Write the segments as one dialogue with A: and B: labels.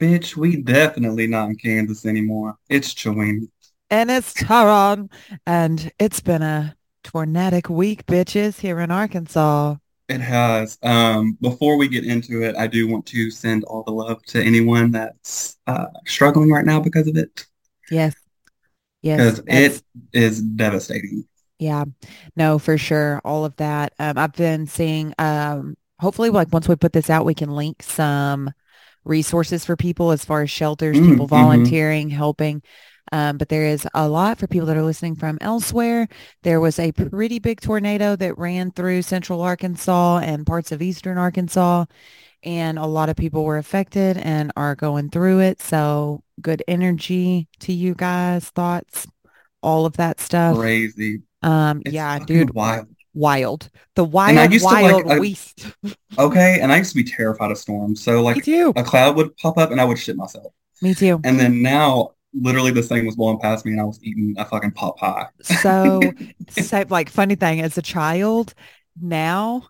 A: Bitch, we definitely not in Kansas anymore. It's Chewing.
B: And it's Taron. And it's been a tornadic week, bitches, here in Arkansas.
A: It has. Um, before we get into it, I do want to send all the love to anyone that's uh, struggling right now because of it,
B: Yes. Yes.
A: because
B: that's-
A: it is devastating.
B: Yeah, no, for sure. All of that. Um, I've been seeing, um, hopefully like once we put this out, we can link some resources for people as far as shelters,
A: Mm,
B: people
A: mhm.
B: volunteering, helping. Um, but there is a lot for people that are listening from elsewhere. There was a pretty big tornado that ran through central Arkansas and parts of eastern Arkansas, and a lot of people were affected and are going through it. So good energy to you guys, thoughts, all of that stuff.
A: Crazy.
B: Um,
A: It's
B: yeah,
A: fucking
B: dude,
A: wild.
B: wild. The wild,
A: I used to, like, uh,
B: wild
A: I-
B: west.
A: Okay, and I used to be terrified of storms. So
B: Me
A: like
B: too.
A: a cloud would pop up and I would shit myself.
B: Me too.
A: And then now, literally, this thing was blowing past me and I was eating a fucking pot pie.
B: So, so like funny thing as a child now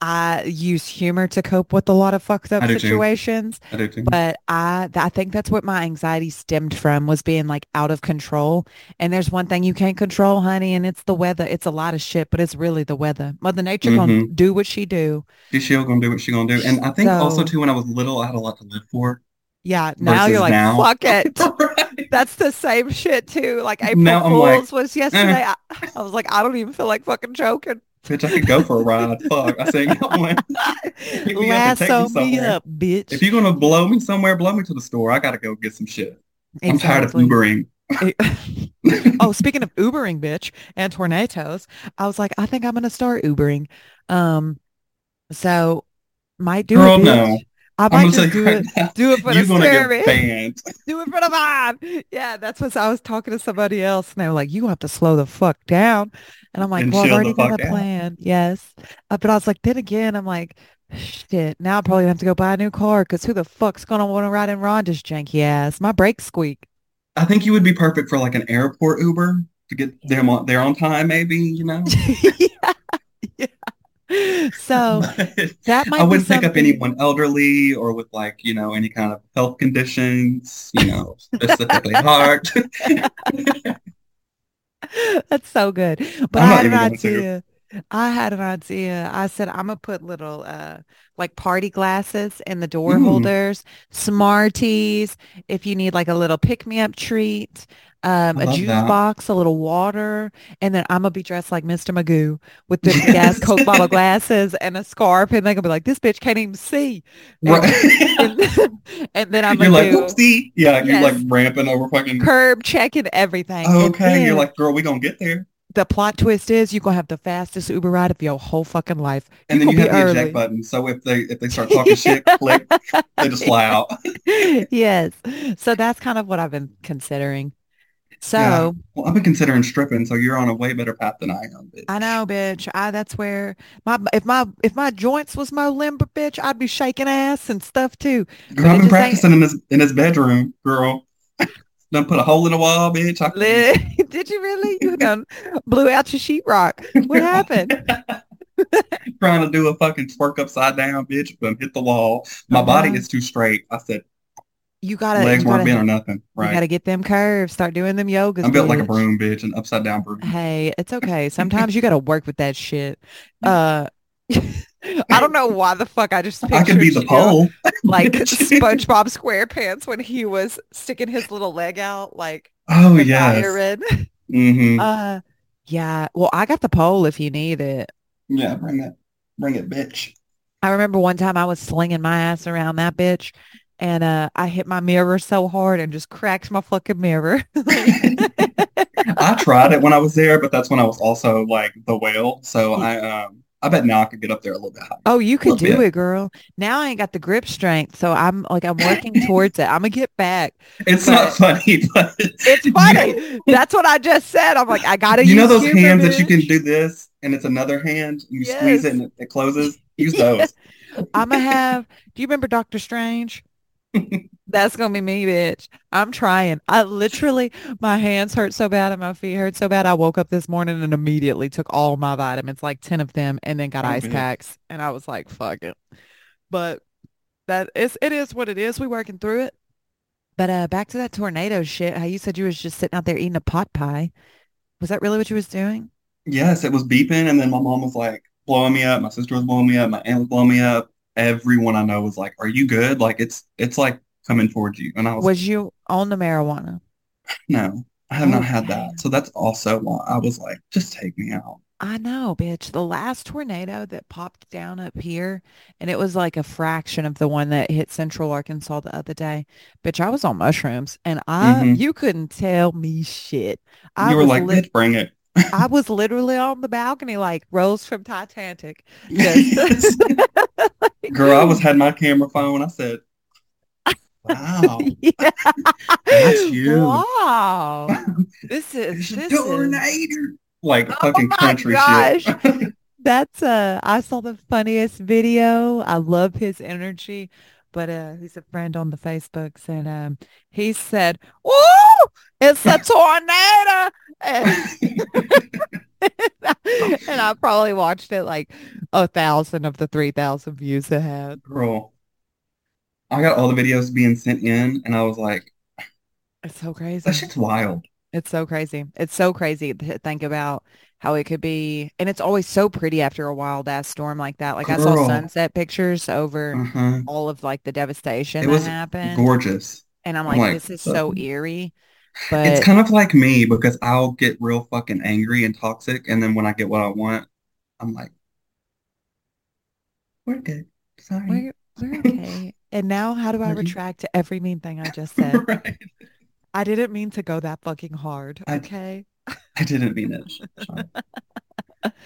B: I use humor to cope with a lot of fucked up
A: I do too.
B: situations,
A: I do too.
B: but I th- I think that's what my anxiety stemmed from was being like out of control. And there's one thing you can't control, honey, and it's the weather. It's a lot of shit, but it's really the weather. Mother Nature
A: Mm-hmm.
B: gonna do what she do.
A: She's still gonna do what she gonna do. And I think also
B: So-
A: too, when I was little, I had a lot to live for.
B: Yeah, now
A: Versus
B: you're like
A: now.
B: fuck it.
A: Right.
B: That's the same shit too. Like April
A: Now I'm like,
B: Fools was yesterday. I, I was like, I don't even feel like fucking joking.
A: Bitch, I could go for a ride. Fuck, I said, you know what? take me up and take me
B: Lasso me
A: somewhere.
B: up, bitch.
A: If you're gonna blow me somewhere, blow me to the store. I gotta go get some shit. I'm tired of
B: Exactly.
A: Ubering.
B: oh, speaking of Ubering, bitch, and tornadoes, I was like, I think I'm gonna start Ubering. Um, so might do
A: Girl,
B: it. bitch.
A: no.
B: I
A: I'm
B: might
A: gonna tell
B: just
A: you
B: do
A: right
B: it.
A: now,
B: Do it for
A: you're
B: the
A: gonna
B: story.
A: get banned.
B: Do it for the vibe. Yeah, that's what I was talking to somebody else, and they were like, "You have to slow the fuck down," and I'm like,
A: And
B: "Well, I've
A: chill the
B: already got
A: fuck
B: a
A: out.
B: plan." Yes, uh, but I was like, then again, I'm like, "Shit, now I probably have to go buy a new car because who the fuck's gonna want to ride in Rhonda's janky ass? My brakes squeak."
A: I think you would be perfect for like an airport Uber to get them on there on time, maybe, you know?
B: yeah, yeah. So
A: But
B: that might.
A: I
B: be
A: wouldn't pick up
B: something-
A: anyone elderly or with like, you know, any kind of health conditions, you know, specifically heart.
B: That's so good. But
A: I'm
B: I
A: not
B: had an
A: even going to.
B: idea. I had an idea. I said I'm gonna put little uh like party glasses in the door
A: Mm.
B: holders, Smarties, if you need like a little pick-me-up treat, um,
A: I
B: a
A: love
B: juice
A: that.
B: box, a little water, and then I'm gonna be dressed like Mr. Magoo with the gas Coke bottle glasses and a scarf, and they're gonna be like, "This bitch can't even see."
A: Right.
B: And, and then I'm
A: you're like,
B: gonna do
A: whoopsie. Yeah, you're like
B: Yes.
A: ramping over fucking.
B: curb checking everything. and
A: Okay. You're
B: then-
A: like, girl, we going to get there.
B: the plot twist is you're gonna have the fastest Uber ride of your whole fucking life.
A: And
B: You
A: then you
B: gonna
A: have the
B: be
A: eject
B: early.
A: button. So if they if they start talking shit, click, they just fly out.
B: yes. So that's kind of what I've been considering. So
A: Yeah. Well, I've been considering stripping, so you're on a way better path than I am. bitch.
B: I know, bitch. I that's where my if my if my joints was my limber, bitch, I'd be shaking ass and stuff too.
A: Girl, I've
B: it
A: been
B: just ain't-
A: practicing in his in his bedroom, girl. Done put a hole in the wall, bitch. I-
B: Li- Did you really? You done blew out your sheetrock. What happened?
A: Trying to do a fucking twerk upside down, bitch. Done hit the wall. My body
B: Uh-huh.
A: is too straight. I said
B: You gotta,
A: legs
B: you gotta,
A: weren't bent or nothing.
B: you gotta
A: Right.
B: get them curves. Start doing them yogas.
A: I'm built like a
B: bitch.
A: broom, bitch, an upside down broom.
B: Hey, it's okay. Sometimes you gotta work with that shit. Uh, I don't know why the fuck I just
A: I could be the
B: pictured you,
A: pole.
B: like
A: bitch.
B: SpongeBob SquarePants when he was sticking his little leg out like
A: Oh
B: an
A: yes.
B: iron.
A: hmm
B: Uh, yeah. Well, I got the pole if you need it.
A: Yeah, bring it. Bring it, bitch.
B: I remember one time I was slinging my ass around that bitch, and uh, I hit my mirror so hard and just cracked my fucking mirror.
A: I tried it when I was there, but that's when I was also like the whale. So I um I bet now I could get up there a little bit higher.
B: Oh, you could
A: Little
B: do
A: bit.
B: it, girl. Now I ain't got the grip strength, so I'm like I'm working towards it. I'm gonna get back.
A: It's not funny, but
B: It's funny. That's what I just said. I'm like I gotta.
A: you know
B: use
A: those
B: humor,
A: hands that you can
B: bitch.
A: do this and it's another hand and you squeeze
B: Yes.
A: it and it, it closes? Use
B: Yeah.
A: those.
B: I'm gonna have. Do you remember Doctor Strange? That's gonna be me, bitch. I'm trying. I literally, my hands hurt so bad and my feet hurt so bad. I woke up this morning and immediately took all my vitamins, like ten of them, and then got
A: Oh,
B: ice
A: bitch.
B: packs. And I was like, fuck it. But that is, it is what it is. We working through it. But uh, back to that tornado shit. How you said you was just sitting out there eating a pot pie. Was that really what you was doing?
A: Yes, it was beeping, and then my mom was like blowing me up. My sister was blowing me up. My aunt was blowing me up. Everyone I know was like, "Are you good? Like it's it's like coming towards you." And I was, like,
B: Was you on the marijuana?
A: "No, I have not had
B: Okay.
A: that." So that's also why I was like, "Just take me out."
B: I know, bitch. The last tornado that popped down up here, and it was like a fraction of the one that hit central Arkansas the other day. Bitch, I was on mushrooms and I
A: Mhm.
B: you couldn't tell me shit. I
A: you were
B: was
A: like,
B: lit-
A: "Bitch, bring it."
B: I was literally on the balcony like Rose from Titanic.
A: Yes.
B: Yes.
A: Girl, I was had my camera phone. I said, "Wow,
B: Yeah.
A: That's you.
B: Wow. This
A: it's
B: is
A: a
B: this is
A: tornado!" Like
B: Oh
A: fucking
B: my
A: country
B: gosh.
A: shit.
B: That's uh I saw the funniest video. I love his energy, but uh he's a friend on the Facebooks and um he said, "Ooh, it's a tornado." And, and I probably watched it like a thousand of the 3,000 views it had.
A: Girl, I got all the videos being sent in, and I was like,
B: It's so crazy.
A: "That shit's wild."
B: It's so crazy. It's so crazy to think about how it could be. And it's always so pretty after a wild ass storm like that. Like I saw
A: Girl.
B: sunset pictures over
A: Uh-huh.
B: all of like the devastation
A: It
B: that
A: was
B: happened.
A: Gorgeous.
B: And I'm
A: I'm
B: like,
A: like,
B: this is so
A: "Fuck."
B: eerie.
A: It's
B: But
A: kind of like me because I'll get real fucking angry and toxic, and then when I get what I want, I'm like, "We're good. Sorry."
B: we're we're okay. And now how do I
A: Are you-
B: retract every mean thing I just said?
A: Right.
B: I didn't mean to go that fucking hard.
A: I-
B: Okay.
A: I didn't mean it. Sorry.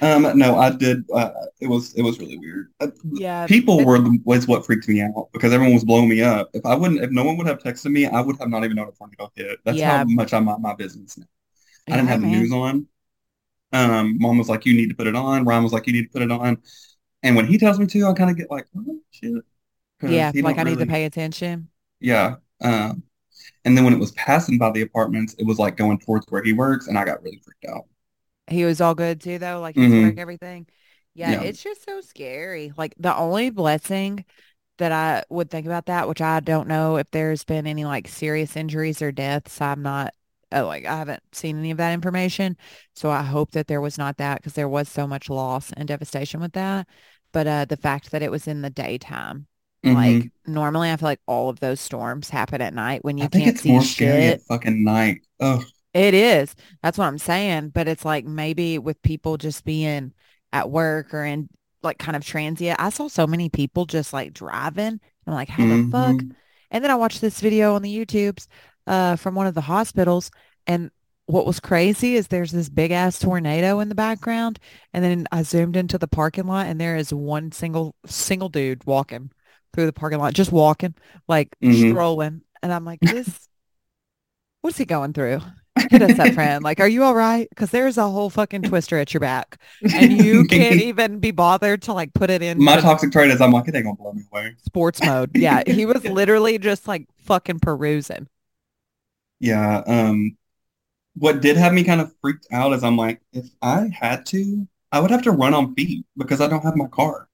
A: Um, no, I did. Uh, it was it was really weird. Uh,
B: Yeah.
A: people were the- was what freaked me out because everyone was blowing me up. If I wouldn't, if no one would have texted me, I would have not even known a tornado hit. That's
B: Yeah.
A: how much I mind my business now. I
B: yeah,
A: didn't have the
B: man.
A: news on. Um, mom was like, "You need to put it on." Ryan was like, "You need to put it on." And when he tells me to, I kind of get like, "Oh shit," 'Cause
B: Yeah,
A: he
B: like
A: don't
B: I need to
A: really-
B: pay attention.
A: Yeah. Um, and then when it was passing by the apartments, it was like going towards where he works, and I got really freaked out.
B: he was all good too though like he was
A: Mhm.
B: wearing everything yeah,
A: Yeah.
B: it's just so scary like the only blessing that i would think about that which i don't know if there's been any like serious injuries or deaths i'm not uh, like i haven't seen any of that information so i hope that there was not that because there was so much loss and devastation with that but uh the fact that it was in the daytime
A: Mhm.
B: like normally i feel like all of those storms happen at night when you
A: I think
B: can't
A: it's
B: see
A: more scary
B: shit
A: at fucking night. Oh,
B: it is. That's what I'm saying. But it's like maybe with people just being at work or in like kind of transient. I saw so many people just like driving. I'm like, how
A: Mm-hmm.
B: the fuck? And then I watched this video on the YouTubes uh, from one of the hospitals. And what was crazy is there's this big ass tornado in the background. And then I zoomed into the parking lot and there is one single, single dude walking through the parking lot, just walking, like
A: Mhm.
B: strolling. And I'm like, this, what's he going through? Hit us up, friend. Like, are you all right? Because there's a whole fucking twister at your back and you can't even be bothered to like put it in
A: My
B: to
A: toxic trait is I'm like, it ain't gonna blow me away.
B: sports mode. Yeah, he was
A: Yeah.
B: literally just like fucking perusing.
A: Yeah. Um, what did have me kind of freaked out is I'm like, if I had to, I would have to run on feet because I don't have my car.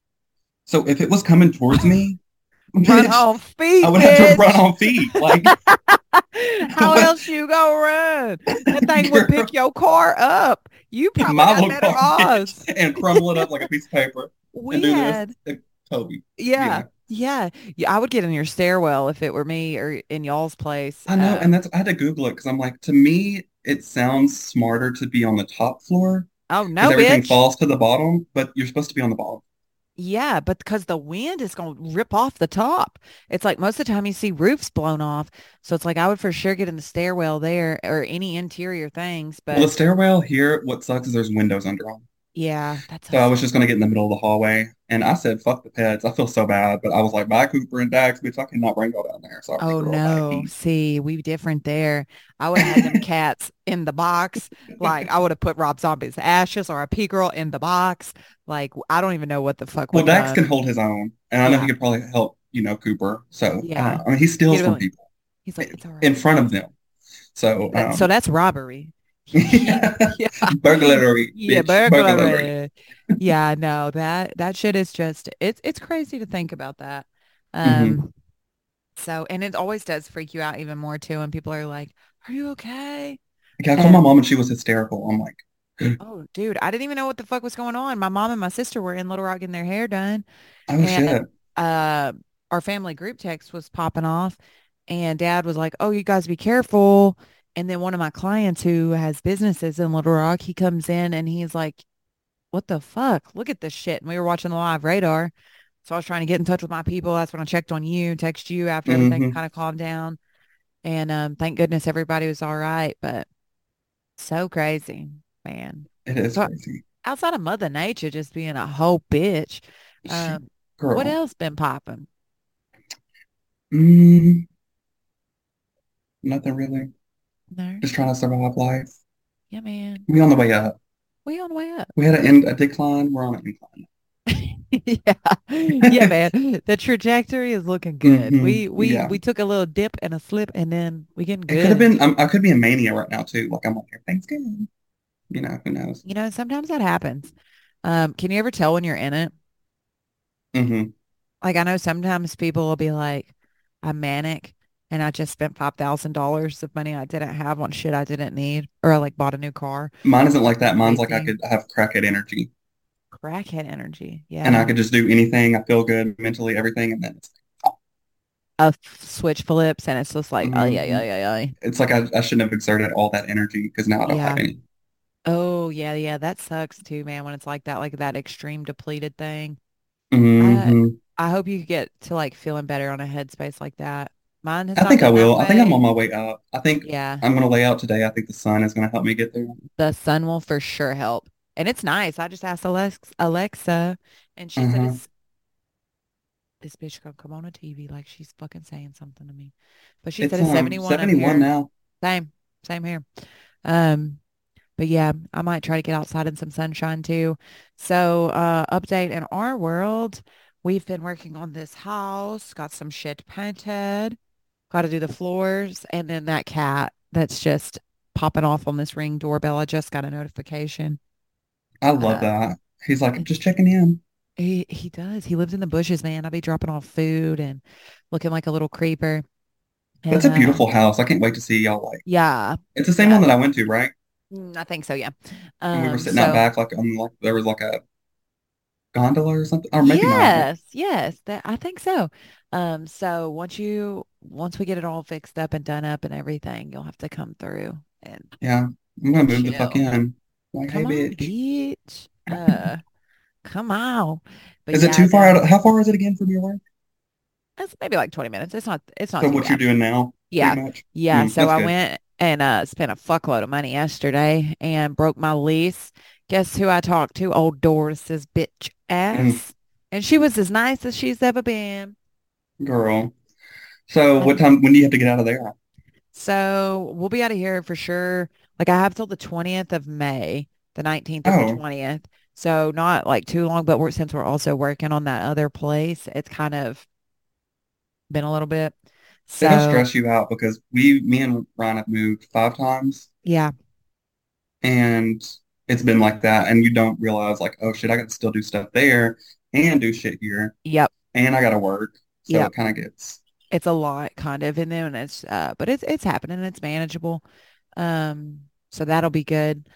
A: So if it was coming towards me,
B: Run
A: bitch,
B: on feet.
A: I would have
B: bitch.
A: to run on feet. Like,
B: How else you gonna run? That thing would pick your car up. You probably
A: my
B: got
A: little
B: better
A: car, bitch.
B: odds.
A: and crumble it up like a piece of paper
B: We
A: and do
B: had,
A: this. It- Toby.
B: yeah, yeah, yeah. I would get in your stairwell if it were me or in y'all's place.
A: I know,
B: Uh,
A: and that's I had to Google it because I'm like, to me, it sounds smarter to be on the top floor
B: oh no,
A: because everything
B: bitch.
A: falls to the bottom, but you're supposed to be on the bottom.
B: Yeah, but because the wind is going to rip off the top. It's like most of the time you see roofs blown off. So it's like I would for sure get in the stairwell there or any interior things. But
A: Well, the stairwell here, what sucks is there's windows under them.
B: yeah, that's
A: So I was just gonna get in the middle of the hallway, and I said, "Fuck the pets." I feel so bad, but I was like, "Bye, Cooper and Dax, bitch. I cannot bring y'all down there." So I
B: Oh
A: figured, "Well, bye,
B: no.
A: Keith."
B: See, we different there. I would have had them cats in the box. Like I would have put Rob Zombie's ashes or a pea girl in the box. Like I don't even know what the fuck
A: Well,
B: we
A: Dax
B: done.
A: can hold his own, and I know
B: Yeah.
A: he could probably help, you know, Cooper. So I,
B: Yeah.
A: don't know. I mean, he steals
B: He'd
A: from
B: be like,
A: people
B: He's like, it's all right.
A: in front of them. So,
B: That-
A: um,
B: so that's robbery. Yeah.
A: burglary,
B: Yeah,
A: bitch,
B: burglary. Yeah, no, that that shit is just it's it's crazy to think about that. Um
A: Mhm.
B: So, and it always does freak you out even more too. And people are like, are you okay?
A: Like, I called my mom and she was hysterical. I'm like,
B: Oh, dude, I didn't even know what the fuck was going on. My mom and my sister were in Little Rock getting their hair done.
A: oh
B: And-
A: shit.
B: Uh, our family group text was popping off and dad was like, oh, you guys be careful. And then one of my clients who has businesses in Little Rock, he comes in and he's like, what the fuck? Look at this shit. And we were watching the live radar. So I was trying to get in touch with my people. That's when I checked on you, text you after everything
A: Mhm.
B: kind of calmed down. And um, thank goodness everybody was all right. But so crazy, man.
A: It is
B: So-
A: crazy.
B: Outside of Mother Nature just being a whole bitch. Um,
A: Girl.
B: what else been popping?
A: Mm, nothing really.
B: No.
A: Just trying to survive life.
B: Yeah, man.
A: We on the way up.
B: We on the way up.
A: We had an end, a decline. We're on an incline.
B: yeah. Yeah, man. The trajectory is looking good.
A: Mhm.
B: We we
A: Yeah.
B: we took a little dip and a slip and then we getting
A: It
B: good.
A: could have been. I'm, I could be in mania right now too. Like I'm like everything's good. You know who knows?
B: You know, sometimes that happens. Um, can you ever tell when you're in it?
A: hmm
B: Like I know sometimes people will be like, I'm manic and I just spent five thousand dollars of money I didn't have on shit I didn't need or I like bought a new car.
A: Mine isn't like that. Mine's like I
B: Crazy.
A: could have crackhead energy
B: Crackhead energy. Yeah.
A: and I could just do anything. I feel good mentally, everything, and then it's,
B: a f- switch flips and it's just like, oh yeah,
A: Mhm.
B: yeah, yeah, yeah.
A: it's like I, I shouldn't have exerted all that energy because now I don't have
B: Yeah.
A: any.
B: Oh yeah, yeah. That sucks too, man, when it's like that, like that extreme depleted thing.
A: Mhm.
B: I hope you get to like feeling better on a headspace like that. Mine has
A: I
B: not
A: think I
B: been that
A: will. I think I'm on
B: way.
A: my way up. I think
B: Yeah.
A: I'm gonna lay out today. I think the sun is gonna help me get there.
B: The sun will for sure help. And it's nice. I just asked Alex Alexa and she said
A: Uh-huh.
B: it's this bitch gonna come on a TV like she's fucking saying something to me. But she
A: It's
B: said it's
A: um
B: 71 up
A: 71
B: here.
A: now.
B: Same, same here. Um, but yeah, I might try to get outside in some sunshine too. So, uh, update in our world, we've been working on this house, got some shit painted, got to do the floors, and then that cat that's just popping off on this ring doorbell. I just got a notification.
A: I love
B: Uh,
A: that. He's like, I'm just checking in.
B: He he does. He lives in the bushes, man. I'll be dropping off food and looking like a little creeper.
A: That's
B: And
A: a
B: uh,
A: beautiful house. I can't wait to see y'all like.
B: yeah,
A: It's the same
B: yeah,
A: one that I went to, right?
B: Mm, I think so. Yeah.
A: And we were
B: Um.
A: sitting out
B: So.
A: back, like on like there was like a gondola or something, or maybe not.
B: Yes, yes, that I think so. Um, so once you once we get it all fixed up and done up and everything, you'll have to come through and
A: Yeah, I'm gonna move the fuck
B: chill.
A: in. Like, hey,
B: Come on,
A: bitch,
B: bitch. Uh, come on. But
A: is it
B: yeah,
A: too far
B: no,
A: out? How far is it again from your work?
B: that's maybe like 20 minutes. It's not it's not
A: So
B: too
A: what you're
B: bad.
A: doing now,
B: Yeah.
A: pretty much.
B: Yeah,
A: Mm,
B: so
A: that's
B: I
A: good.
B: went and uh spent a fuckload of money yesterday and broke my lease. Guess who I talked to? Old Doris's bitch
A: Mm,
B: ass. And she was as nice as she's ever been.
A: girl. So what
B: And
A: time? When do you have to get out of there?
B: So we'll be out of here for sure. Like I have till the 20th of May, the 19th and the
A: Oh,
B: 20th. So not like too long, but we're, since we're also working on that other place, it's kind of been a little bit.
A: it'll
B: So
A: stress you out because we, me and Ryan have moved five times,
B: yeah,
A: and it's been like that. And you don't realize, like, oh shit, I got to still do stuff there and do shit here.
B: yep,
A: and I gotta work. So
B: yep.
A: it kind of gets
B: It's a lot kind of and then it's uh but it's it's happening and it's manageable. Um so that'll be good.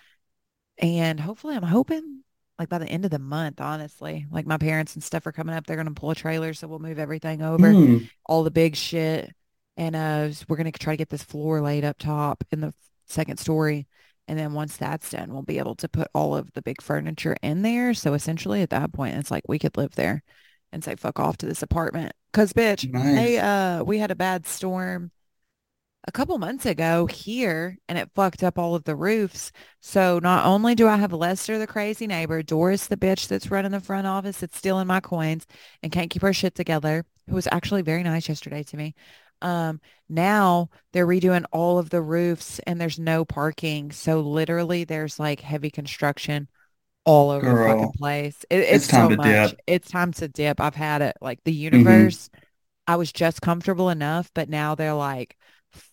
B: And hopefully I'm hoping like by the end of the month, honestly. Like my parents and stuff are coming up. They're gonna pull a trailer, so we'll move everything over.
A: Mm,
B: all the big shit. And uh, s- we're going to try to get this floor laid up top in the f- second story. And then once that's done, we'll be able to put all of the big furniture in there. So essentially at that point, it's like we could live there and say fuck off to this apartment. Cause bitch, they,
A: nice.
B: uh, we had a bad storm a couple months ago here and it fucked up all of the roofs. So not only do I have Lester the crazy neighbor, Doris the bitch that's running the front office that's stealing my coins and can't keep her shit together, who was actually very nice yesterday to me. Um, now they're redoing all of the roofs and there's no parking. So literally there's like heavy construction all over the fucking
A: Girl,
B: place. It, it's
A: it's time
B: so
A: to
B: much.
A: dip.
B: It's time to dip. I've had it like the
A: hmm
B: universe. I was just comfortable enough, but now they're like f-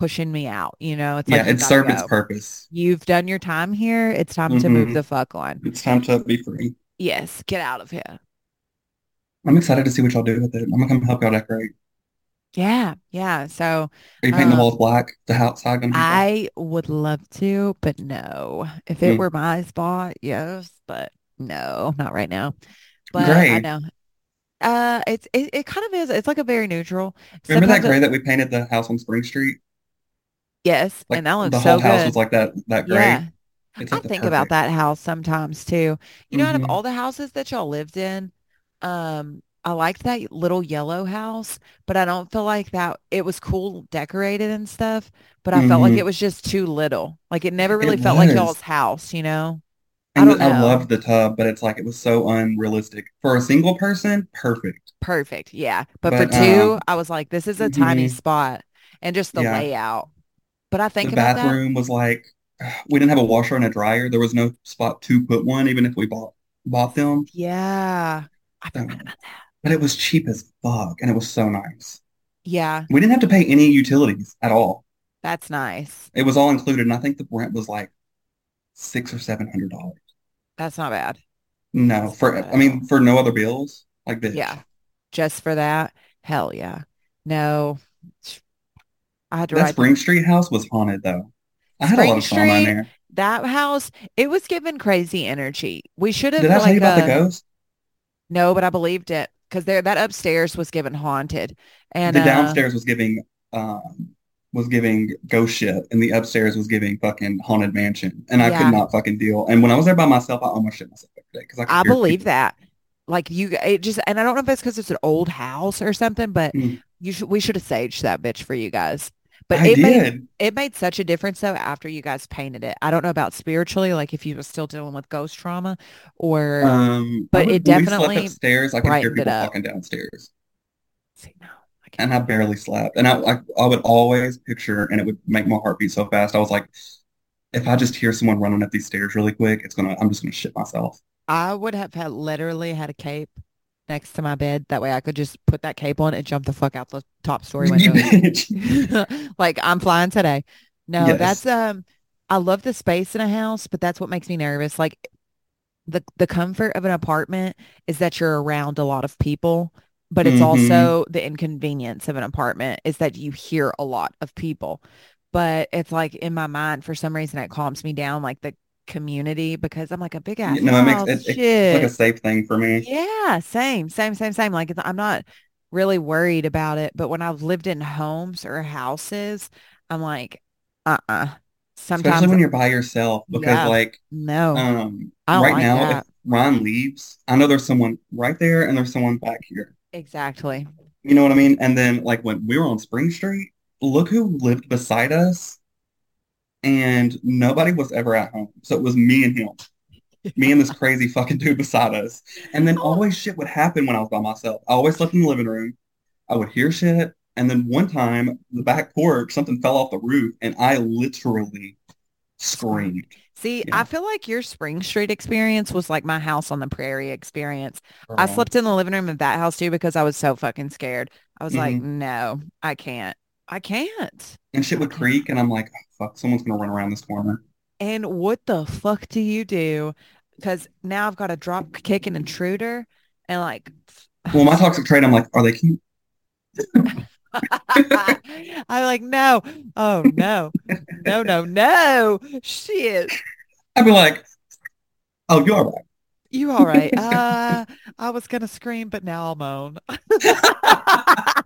B: pushing me out. You know, it's
A: Yeah,
B: like, you
A: it
B: got to
A: served its
B: go.
A: purpose.
B: You've done your time here. It's time to move
A: hmm
B: the fuck on.
A: It's time to be free.
B: Yes, get out of here.
A: I'm excited to see what y'all do with it. I'm gonna come help y'all decorate.
B: Yeah. Yeah. So
A: Are you painting the
B: Um,
A: walls black? The outside gonna be black?
B: I would love to, but no. If it
A: Hmm.
B: were my spot, yes, but no, not right now. But I
A: Gray.
B: know. Uh, it's it, it kind of is. It's like a very neutral.
A: Remember that
B: Sometimes it-
A: gray that we painted the house on Spring Street?
B: yes,
A: Like
B: and that looks
A: the
B: so
A: whole house
B: good.
A: was like that that gray.
B: Yeah.
A: It's
B: I
A: like the
B: think about
A: perfect.
B: that house sometimes too. You know, out of
A: hmm
B: all the houses that y'all lived in, um, I liked that little yellow house, but I don't feel like that it was cool decorated and stuff, but I felt like it
A: hmm
B: was just too little. Like it never really
A: It
B: felt like y'all's
A: was.
B: house, you know? I
A: And
B: don't
A: the, I loved
B: know.
A: the tub, but it's like it was so unrealistic. For a single person, perfect.
B: Perfect. Yeah. But for
A: But
B: two,
A: um
B: I was like, this is a tiny
A: mhm,
B: spot and just the
A: yeah,
B: layout. But I
A: the
B: think about that.
A: bathroom was like we didn't have a washer and a dryer. There was no spot to put one, even if we bought bought them.
B: Yeah. I
A: So,
B: forgot about that.
A: but it was cheap as fuck, and it was so nice.
B: Yeah.
A: We didn't have to pay any utilities at all.
B: That's nice.
A: It was all included, and I think the rent was like six or seven hundred dollars.
B: That's not bad.
A: No,
B: That's not
A: for
B: bad
A: I
B: at all.
A: mean for no other bills, like bitch.
B: Yeah. Just for that. Hell yeah. No. Sh- I had to
A: That
B: ride the
A: Spring Street house was haunted though. I had a lot
B: Spring
A: of trauma in
B: Street,
A: there.
B: that house, it was giving crazy energy. We should
A: Did
B: have
A: I tell you
B: like
A: about the
B: uh
A: ghost?
B: no, but I believed it because there that upstairs was given haunted. And
A: The
B: uh
A: downstairs was giving um was giving ghost shit and the upstairs was giving fucking haunted mansion and I could
B: yeah,
A: not fucking deal. And when I was there by myself, I almost shit myself every day because I could
B: I
A: hear
B: believe
A: people.
B: that. Like you it just and I don't know if it's because it's an old house or something, but
A: Mm,
B: you should we should have saged that bitch for you guys. But
A: I
B: it made
A: did.
B: it made such a difference though after you guys painted it. I don't know about spiritually, like if you were still dealing with ghost trauma or
A: Um, I
B: but
A: would
B: it
A: when we slept
B: definitely
A: upstairs, I could hear
B: brightened it
A: people
B: up.
A: talking downstairs.
B: See, no, I
A: and
B: can't
A: I
B: do that.
A: barely slept. And I, I I would always picture, and it would make my heart beat so fast. I was like, if I just hear someone running up these stairs really quick, it's gonna I'm just gonna shit myself.
B: I would have had literally had a cape next to my bed. That way I could just put that cape on and jump the fuck out the top story
A: You
B: window.
A: bitch.
B: Like I'm flying today. No, that's
A: Yes.
B: um I love the space in a house, but that's what makes me nervous. Like the the comfort of an apartment is that you're around a lot of people, but it's
A: hmm
B: also the inconvenience of an apartment is that you hear a lot of people. But it's like in my mind, for some reason, it calms me down, like the community, because I'm like a big
A: You
B: ass
A: know, it makes
B: house.
A: it, it it's like a
B: Shit.
A: safe thing for me.
B: Yeah, same, same, same, same. Like it's- I'm not really worried about it, but when I've lived in homes or houses, I'm like, uh-uh.
A: Especially
B: Sometimes,
A: when you're by yourself, because
B: yeah,
A: like
B: no,
A: um
B: Oh, I don't
A: right
B: like
A: now, if
B: that.
A: Ron leaves, I know there's someone right there and there's someone back here.
B: Exactly.
A: You know what I mean? And then like when we were on Spring Street, look who lived beside us. and nobody was ever at home. So it was me and him, me and this crazy fucking dude beside us. And then
B: Oh,
A: always shit would happen when I was by myself. I always slept in the living room. I would hear shit. And then one time, the back porch, something fell off the roof, and I literally
B: Screamed.
A: screamed.
B: See, I
A: Yeah,
B: feel like your Spring Street experience was like my house on the prairie experience. I
A: girl.
B: slept in the living room of that house too because I was so fucking scared. I was like,
A: hmm
B: no, I can't. I can't.
A: And shit
B: I
A: would
B: can't.
A: creak, and I'm like, oh, fuck, someone's gonna run around this corner.
B: And what the fuck do you do? Because now I've got to drop kick an intruder and like,
A: Well, my
B: sir.
A: toxic trait, I'm like, are they cute?
B: I'm like, no, oh no, no, no, no, shit.
A: I'd be like, oh, you are
B: You all right? Uh, I was gonna scream, but now I'll moan.
A: right.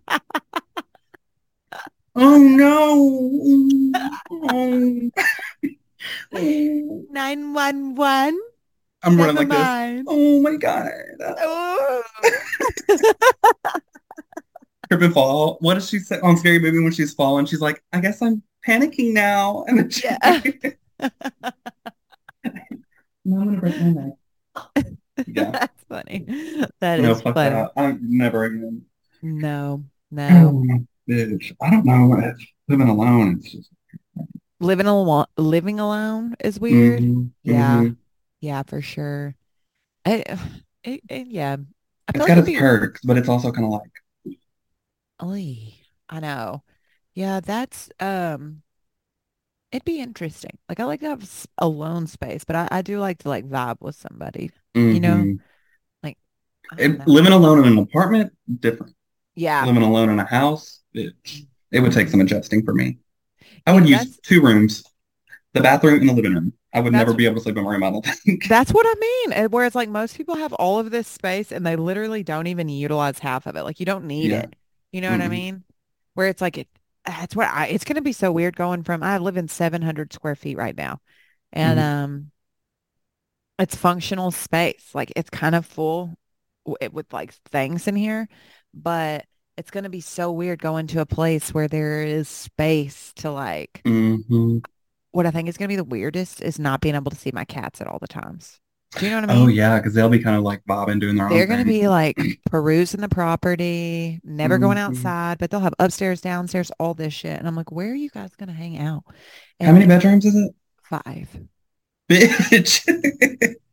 A: Oh no. Oh, oh.
B: 911,
A: I'm running
B: never
A: like this.
B: mind.
A: Oh my God.
B: Oh.
A: Trip and fall. What does she say on Scary Movie when she's falling? She's like, I guess I'm panicking now. And then she's
B: Yeah.
A: like, No, I'm gonna break my neck. Yeah.
B: That's funny. That
A: No,
B: is
A: fuck
B: funny.
A: that. I'm never again.
B: No, no.
A: Oh, bitch. I don't know. It's living alone. It's just,
B: Living alone, living alone is weird.
A: hmm
B: Yeah.
A: hmm
B: Yeah, for sure. I, it, it- yeah. I feel
A: It's
B: like
A: got
B: if
A: its
B: you,
A: perks, but it's also kind of like,
B: oy, I know. Yeah, that's, um, it'd be interesting. Like I like to have s- alone space, but I, I do like to like vibe with somebody, you know?
A: hmm
B: Like, I don't
A: And
B: know.
A: living alone in an apartment, different.
B: Yeah.
A: Living alone in a house. it, it would take some adjusting for me. I would use
B: that's-
A: two rooms, the bathroom and the living room. I would
B: That's-
A: never be able to sleep in my room, I don't think.
B: That's what I mean. and Where it's like most people have all of this space and they literally don't even utilize half of it. Like you don't need
A: Yeah.
B: it. You know what I
A: Mhm.
B: mean? Where it's like it, that's what I, it's going to be so weird going from, I live in 700 square feet right now and, um, it's functional space. Like it's kind of full w- it- with like things in here, but it's going to be so weird going to a place where there is space to like,
A: hmm
B: what I think is going to be the weirdest is not being able to see my cats at all the times. Do you know what I mean?
A: Oh yeah, because they'll be kind of like bobbing, doing their own.
B: They're going to
A: thing.
B: be like perusing the property, never going
A: Mhm.
B: outside, but they'll have upstairs, downstairs, all this shit. And I'm like, where are you guys going to hang out?
A: How many bedrooms is it,
B: Five,
A: bitch?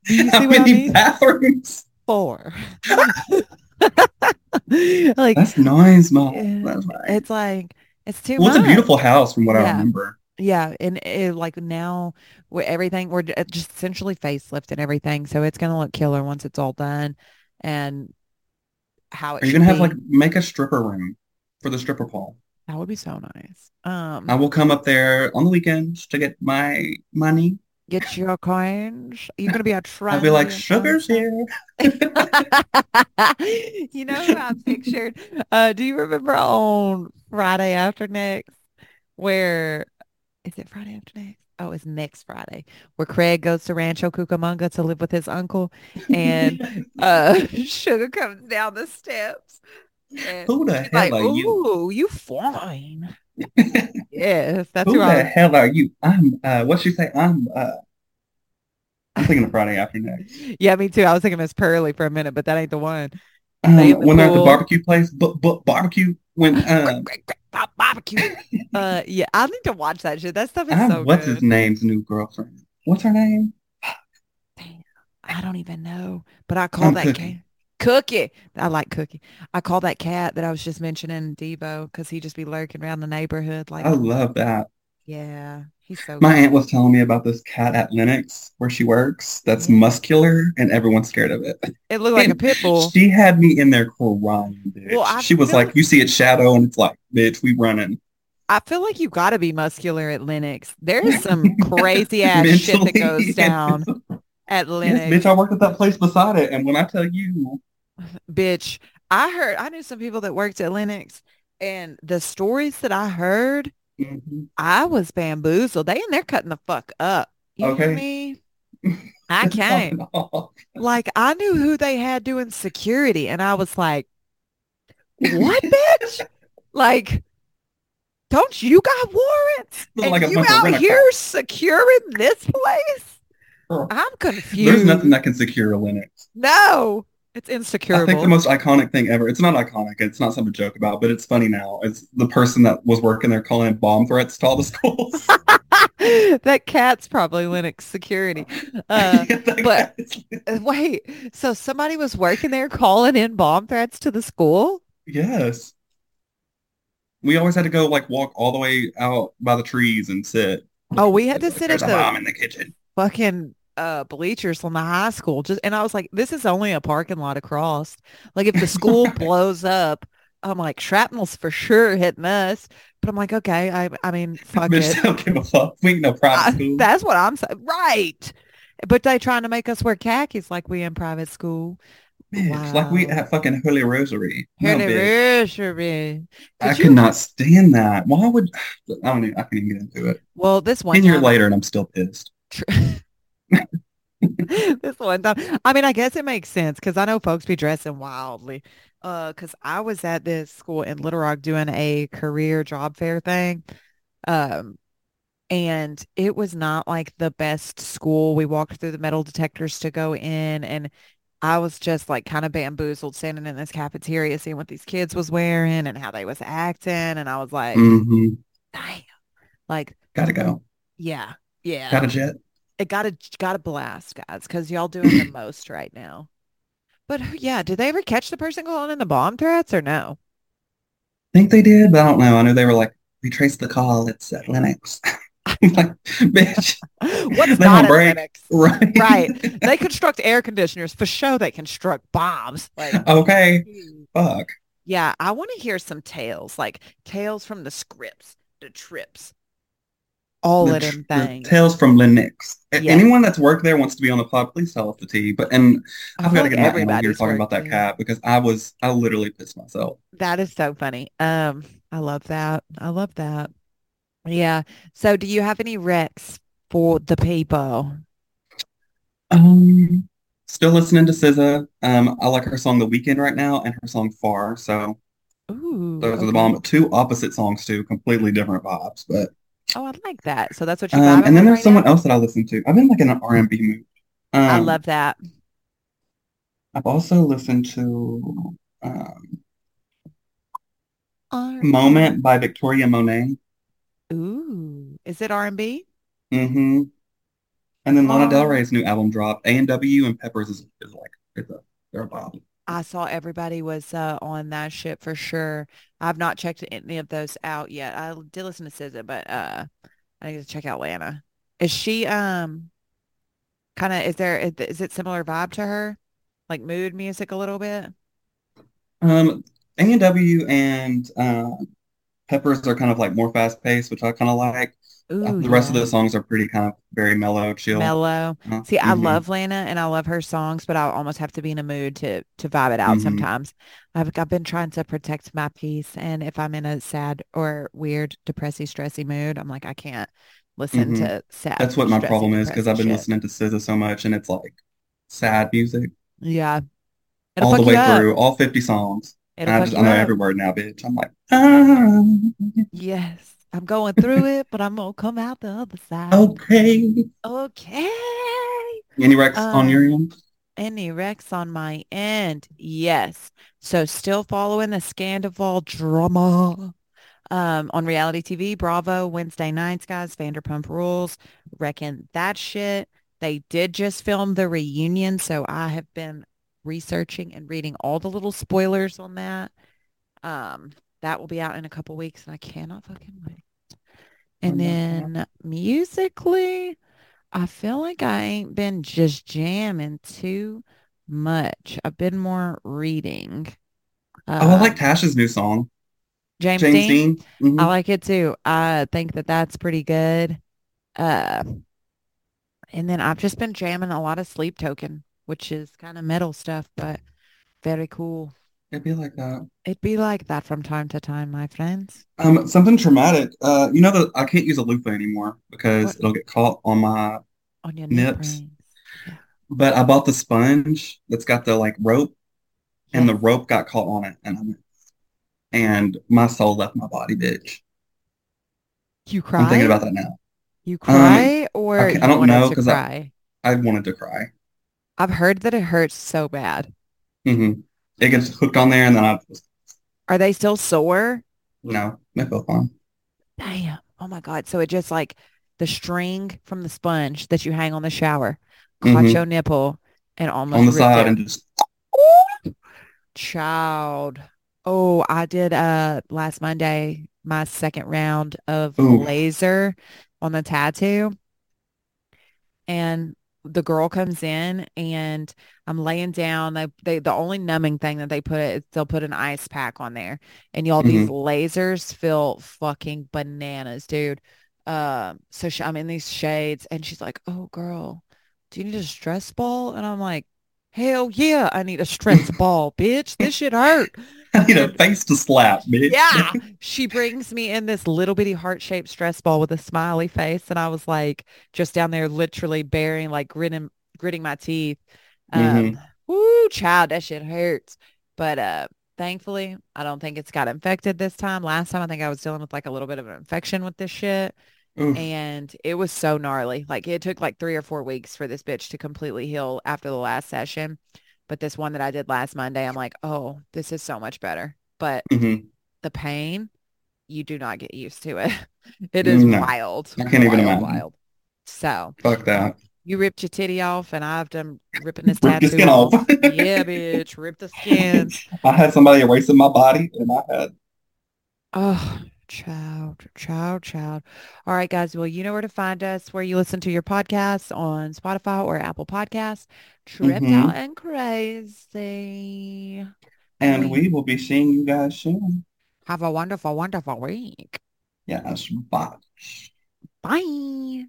B: you see
A: How
B: what I
A: many
B: mean?
A: bathrooms?
B: four. like,
A: That's nice, mom.
B: Yeah,
A: That's nice.
B: it's like, it's too
A: well, it's
B: much.
A: a beautiful house from what I
B: Yeah.
A: remember.
B: Yeah. And it, like now we're everything, we're j- eh, just essentially facelift and everything. So it's going to look killer once it's all done and how it
A: Are you
B: should
A: gonna have
B: be.
A: like make a stripper room for the stripper pole?
B: that would be so nice. Um,
A: I will come up there on the weekends to get my money.
B: Get your coins. You're gonna be a trend.
A: I'll be like, sugar's here.
B: you know who I pictured? Uh, do you remember on Friday after next, where is it Friday after next? Oh, it's next Friday where Craig goes to Rancho Cucamonga to live with his uncle, and uh, Sugar comes down the steps. And
A: who the
B: she's
A: hell
B: like,
A: are you?
B: ooh, you fine. Yes, that's
A: who
B: who
A: the
B: I was
A: hell are you? I'm. Uh, what she say? I'm. Uh, I'm thinking of Friday after next.
B: Yeah, me too. I was thinking Miss Pearly for a minute, but that ain't the one.
A: Um,
B: Stay in the
A: when they're at the
B: pool.
A: barbecue place, but but barbecue when um,
B: Great, great, bop- barbecue. uh, yeah, I need to watch that shit. That stuff is
A: I'm,
B: so
A: what's
B: good.
A: his name's new girlfriend? What's her name?
B: Damn, I don't even know, but I call
A: I'm
B: that cat
A: Cookie.
B: Cookie. I like Cookie. I call that cat that I was just mentioning Debo because he just be lurking around the neighborhood. Like,
A: I love that.
B: yeah, he's so.
A: Oh, My
B: cute.
A: aunt was telling me about this cat at Lenox where she works. That's
B: Yeah.
A: muscular and everyone's scared of it.
B: It looked like a pit bull.
A: She had me in there crying, bitch.
B: Well, I
A: she was
B: feel-
A: like, "You see its shadow," and it's like, "Bitch, we running."
B: I feel like you got to be muscular at Linux. There is some crazy ass shit that
A: Mentally,
B: goes
A: yes.
B: down at
A: Yes,
B: Linux.
A: bitch. I worked at that place beside it, and when I tell you,
B: bitch i heard i knew some people that worked at linux and the stories that i heard
A: mhm.
B: i was bamboozled they and they're cutting the fuck up you know
A: Okay.
B: me i came like i knew who they had doing security and i was like what bitch like don't you got warrants
A: Look
B: and
A: like a
B: you
A: bunch of
B: out
A: rent-a-cops.
B: here securing this place
A: Girl,
B: i'm confused
A: there's nothing that can secure a Linux.
B: no it's
A: I think the
B: insecurable
A: most iconic thing ever. It's not iconic. It's not something to joke about, but it's funny now. It's the person that was working there calling it bomb threats to all the schools.
B: that cat's probably linux security uh, but- Uh, Wait, so somebody was working there calling in bomb threats to the school?
A: yes, we always had to go like walk all the way out by the trees and sit.
B: Oh, we had to
A: It's like,
B: sit at
A: There's a
B: the
A: bomb in the kitchen.
B: fucking uh, bleachers from the high school. Just and I was like, this is only a parking lot across. Like if the school blows up, I'm like shrapnel's for sure hitting us. But I'm like, okay, I I mean, fuck it.
A: Bitch, don't give a fuck. We ain't no private
B: I-
A: school.
B: that's what I'm saying, right? But they trying to make us wear khakis like we in private school.
A: bitch, Like we
B: Wow.
A: at fucking Holy Rosary. No,
B: Hairy
A: bitch.
B: Rosary.
A: I
B: Could you-
A: could not stand that. Why would I don't even, I can't even get into it.
B: Well, this one
A: Ten years
B: time-
A: later, and I'm still pissed.
B: this one time. I mean, I guess it makes sense because I know folks be dressing wildly. Uh, because I was at this school in Little Rock doing a career job fair thing. Um, and it was not like the best school. We walked through the metal detectors to go in and I was just like kind of bamboozled standing in this cafeteria seeing what these kids was wearing and how they was acting. And I was like,
A: hmm
B: damn. Like,
A: Gotta go.
B: yeah, yeah
A: Got a jet.
B: it got a got a blast, guys, because y'all doing the most right now. But who- yeah, did they ever catch the person calling in the bomb threats or no?
A: think they did, but I don't know. I know they were like, we traced the call. It's at Linux. like, bitch,
B: What's
A: They on
B: not at
A: break.
B: Linux?
A: right?
B: Right. They construct air conditioners for show. They construct bombs. Like
A: okay.
B: hmm,
A: Fuck.
B: Yeah, I want to hear some tales, like tales from the scripts, the trips, all
A: The
B: of them
A: tr- the
B: things.
A: Tales from Linux. A-
B: Yeah.
A: Anyone that's worked there wants to be on the pod. Please tell us the tea. But and
B: I
A: I've
B: feel
A: got to
B: like
A: get Matt on here
B: everybody's
A: talking about that
B: working.
A: cat because I was I literally pissed myself.
B: That is so funny. Um, I love that. I love that. Yeah. So do you have any recs for the people?
A: Um, still listening to SZA. Um, I like her song "The Weekend" right now and her song "Far." So
B: Ooh,
A: those are the
B: okay.
A: bomb. Two opposite songs, too, completely different vibes. But
B: Oh, I like that. So that's what you're
A: um,
B: vibing
A: and
B: with
A: then there's
B: right
A: someone
B: now?
A: else that I listen to. I've been like in an R and B mood. Um,
B: I love that.
A: I've also listened to um,
B: R-
A: "Moment" by Victoria Monet.
B: Ooh, is it R&B?
A: Mm-hmm. And then Lana Del
B: Wow.
A: Rey's new album dropped. A and W and Peppers is, is like it's a they're a bomb.
B: I saw everybody was uh, on that shit for sure. I've not checked any of those out yet. I l- did listen to SZA, but uh, I need to check out Lana. Is she um kind of is there is is it similar vibe to her, like mood music a little bit?
A: Um, A and W and uh, Peppers are kind of like more fast paced, which I kind of like. Uh,
B: Ooh,
A: The rest of
B: yeah.
A: the songs are pretty kind of very mellow, chill.
B: mellow.
A: Uh,
B: See, I
A: mhm.
B: love Lana and I love her songs, but I almost have to be in a mood to to vibe it out
A: Mhm.
B: sometimes. I've I've been trying to protect my peace, and if I'm in a sad or weird, depressy, stressy mood, I'm like, I can't listen
A: Mhm.
B: to sad.
A: That's what my
B: stressy,
A: problem is because
B: depressy
A: I've been
B: shit.
A: listening to SZA so much, and it's like sad music
B: Yeah, it'll
A: all
B: fuck
A: the way
B: you up.
A: through, all 50 songs. And
B: It'll
A: I
B: fuck
A: just
B: you
A: I know
B: up.
A: every word now, bitch. I'm like, ah,
B: Yes, I'm going through it, but I'm gonna come out the other
A: Oh.
B: side.
A: okay.
B: Um, Okay.
A: Any Rex
B: uh,
A: on your end?
B: Any Rex on my end. Yes. So still following the Scandival drama um, on reality TV. Bravo, Wednesday nights, guys. Vanderpump Rules. Reckon that shit. They did just film the reunion. So I have been researching and reading all the little spoilers on that. Um, that will be out in a couple weeks and I cannot fucking wait. And
A: Mhm.
B: then musically, I feel like I ain't been just jamming too much. I've been more reading.
A: Oh, I
B: Um,
A: like Tash's new song,
B: James,
A: James
B: Dean.
A: Dean. Mhm.
B: I like it too. I think that that's pretty good. Uh, and then I've just been jamming a lot of Sleep Token, which is kind of metal stuff, but very cool.
A: It'd be like that.
B: It'd be like that from time to time, my friends.
A: Um, something traumatic. Uh, you know that I can't use a loofah anymore because
B: What?
A: it'll get caught on my.
B: On your
A: Nips.
B: neck
A: But I bought the sponge that's got the like rope, and the rope got caught on it, and I'm, and my soul left my body, bitch.
B: You
A: I'm
B: cry.
A: thinking about that now.
B: You cry, or
A: I
B: you
A: don't
B: wanted
A: know,
B: to
A: 'cause I-
B: cry.
A: I wanted to cry.
B: I've heard that it hurts so bad.
A: hmm It gets hooked on there, and then I just
B: Are they still sore?
A: no, it felt fine.
B: Damn. Oh my God. So it just like the string from the sponge that you hang on the shower caught
A: Mhm.
B: your nipple and almost
A: on the
B: ripped
A: side,
B: it.
A: and just
B: Child. Oh, I did uh last Monday my second round of
A: Ooh.
B: laser on the tattoo. And the girl comes in and I'm laying down. They they the only numbing thing that they put is they'll put an ice pack on there. And y'all these lasers feel fucking bananas, dude. Um so she, I'm in these shades and she's like, "Oh girl, do you need a stress ball?" And I'm like, "Hell yeah, I need a stress ball, bitch. This shit hurt."
A: I need a face to slap, bitch.
B: Yeah. She brings me in this little bitty heart-shaped stress ball with a smiley face. And I was like just down there literally bearing, like gritting, gritting my teeth. Um,
A: Mhm.
B: Woo, child, that shit hurts. But uh, thankfully, I don't think it's got infected this time. Last time, I think I was dealing with like a little bit of an infection with this shit.
A: Oof.
B: And it was so gnarly. Like it took like three or four weeks for this bitch to completely heal after the last session. But this one that I did last Monday, I'm like, oh, this is so much better. But
A: Mhm.
B: the pain, you do not get used to it. It is
A: No.
B: wild.
A: I can't even
B: wild,
A: imagine.
B: Wild. So
A: Fuck that.
B: you ripped your titty off and I've done ripping this
A: Ripped
B: tattoo
A: the skin
B: off.
A: off.
B: yeah, bitch. Rip the skin.
A: I had somebody erasing my body, and I had
B: Oh, child, child, child. All right, guys. Well, you know where to find us, where you listen to your podcasts on
A: Mm-hmm.
B: Spotify or Apple Podcasts. Tripped
A: Mhm.
B: out and crazy.
A: And we will be seeing you guys soon.
B: Have a wonderful, wonderful week.
A: Yes, bye.
B: Bye.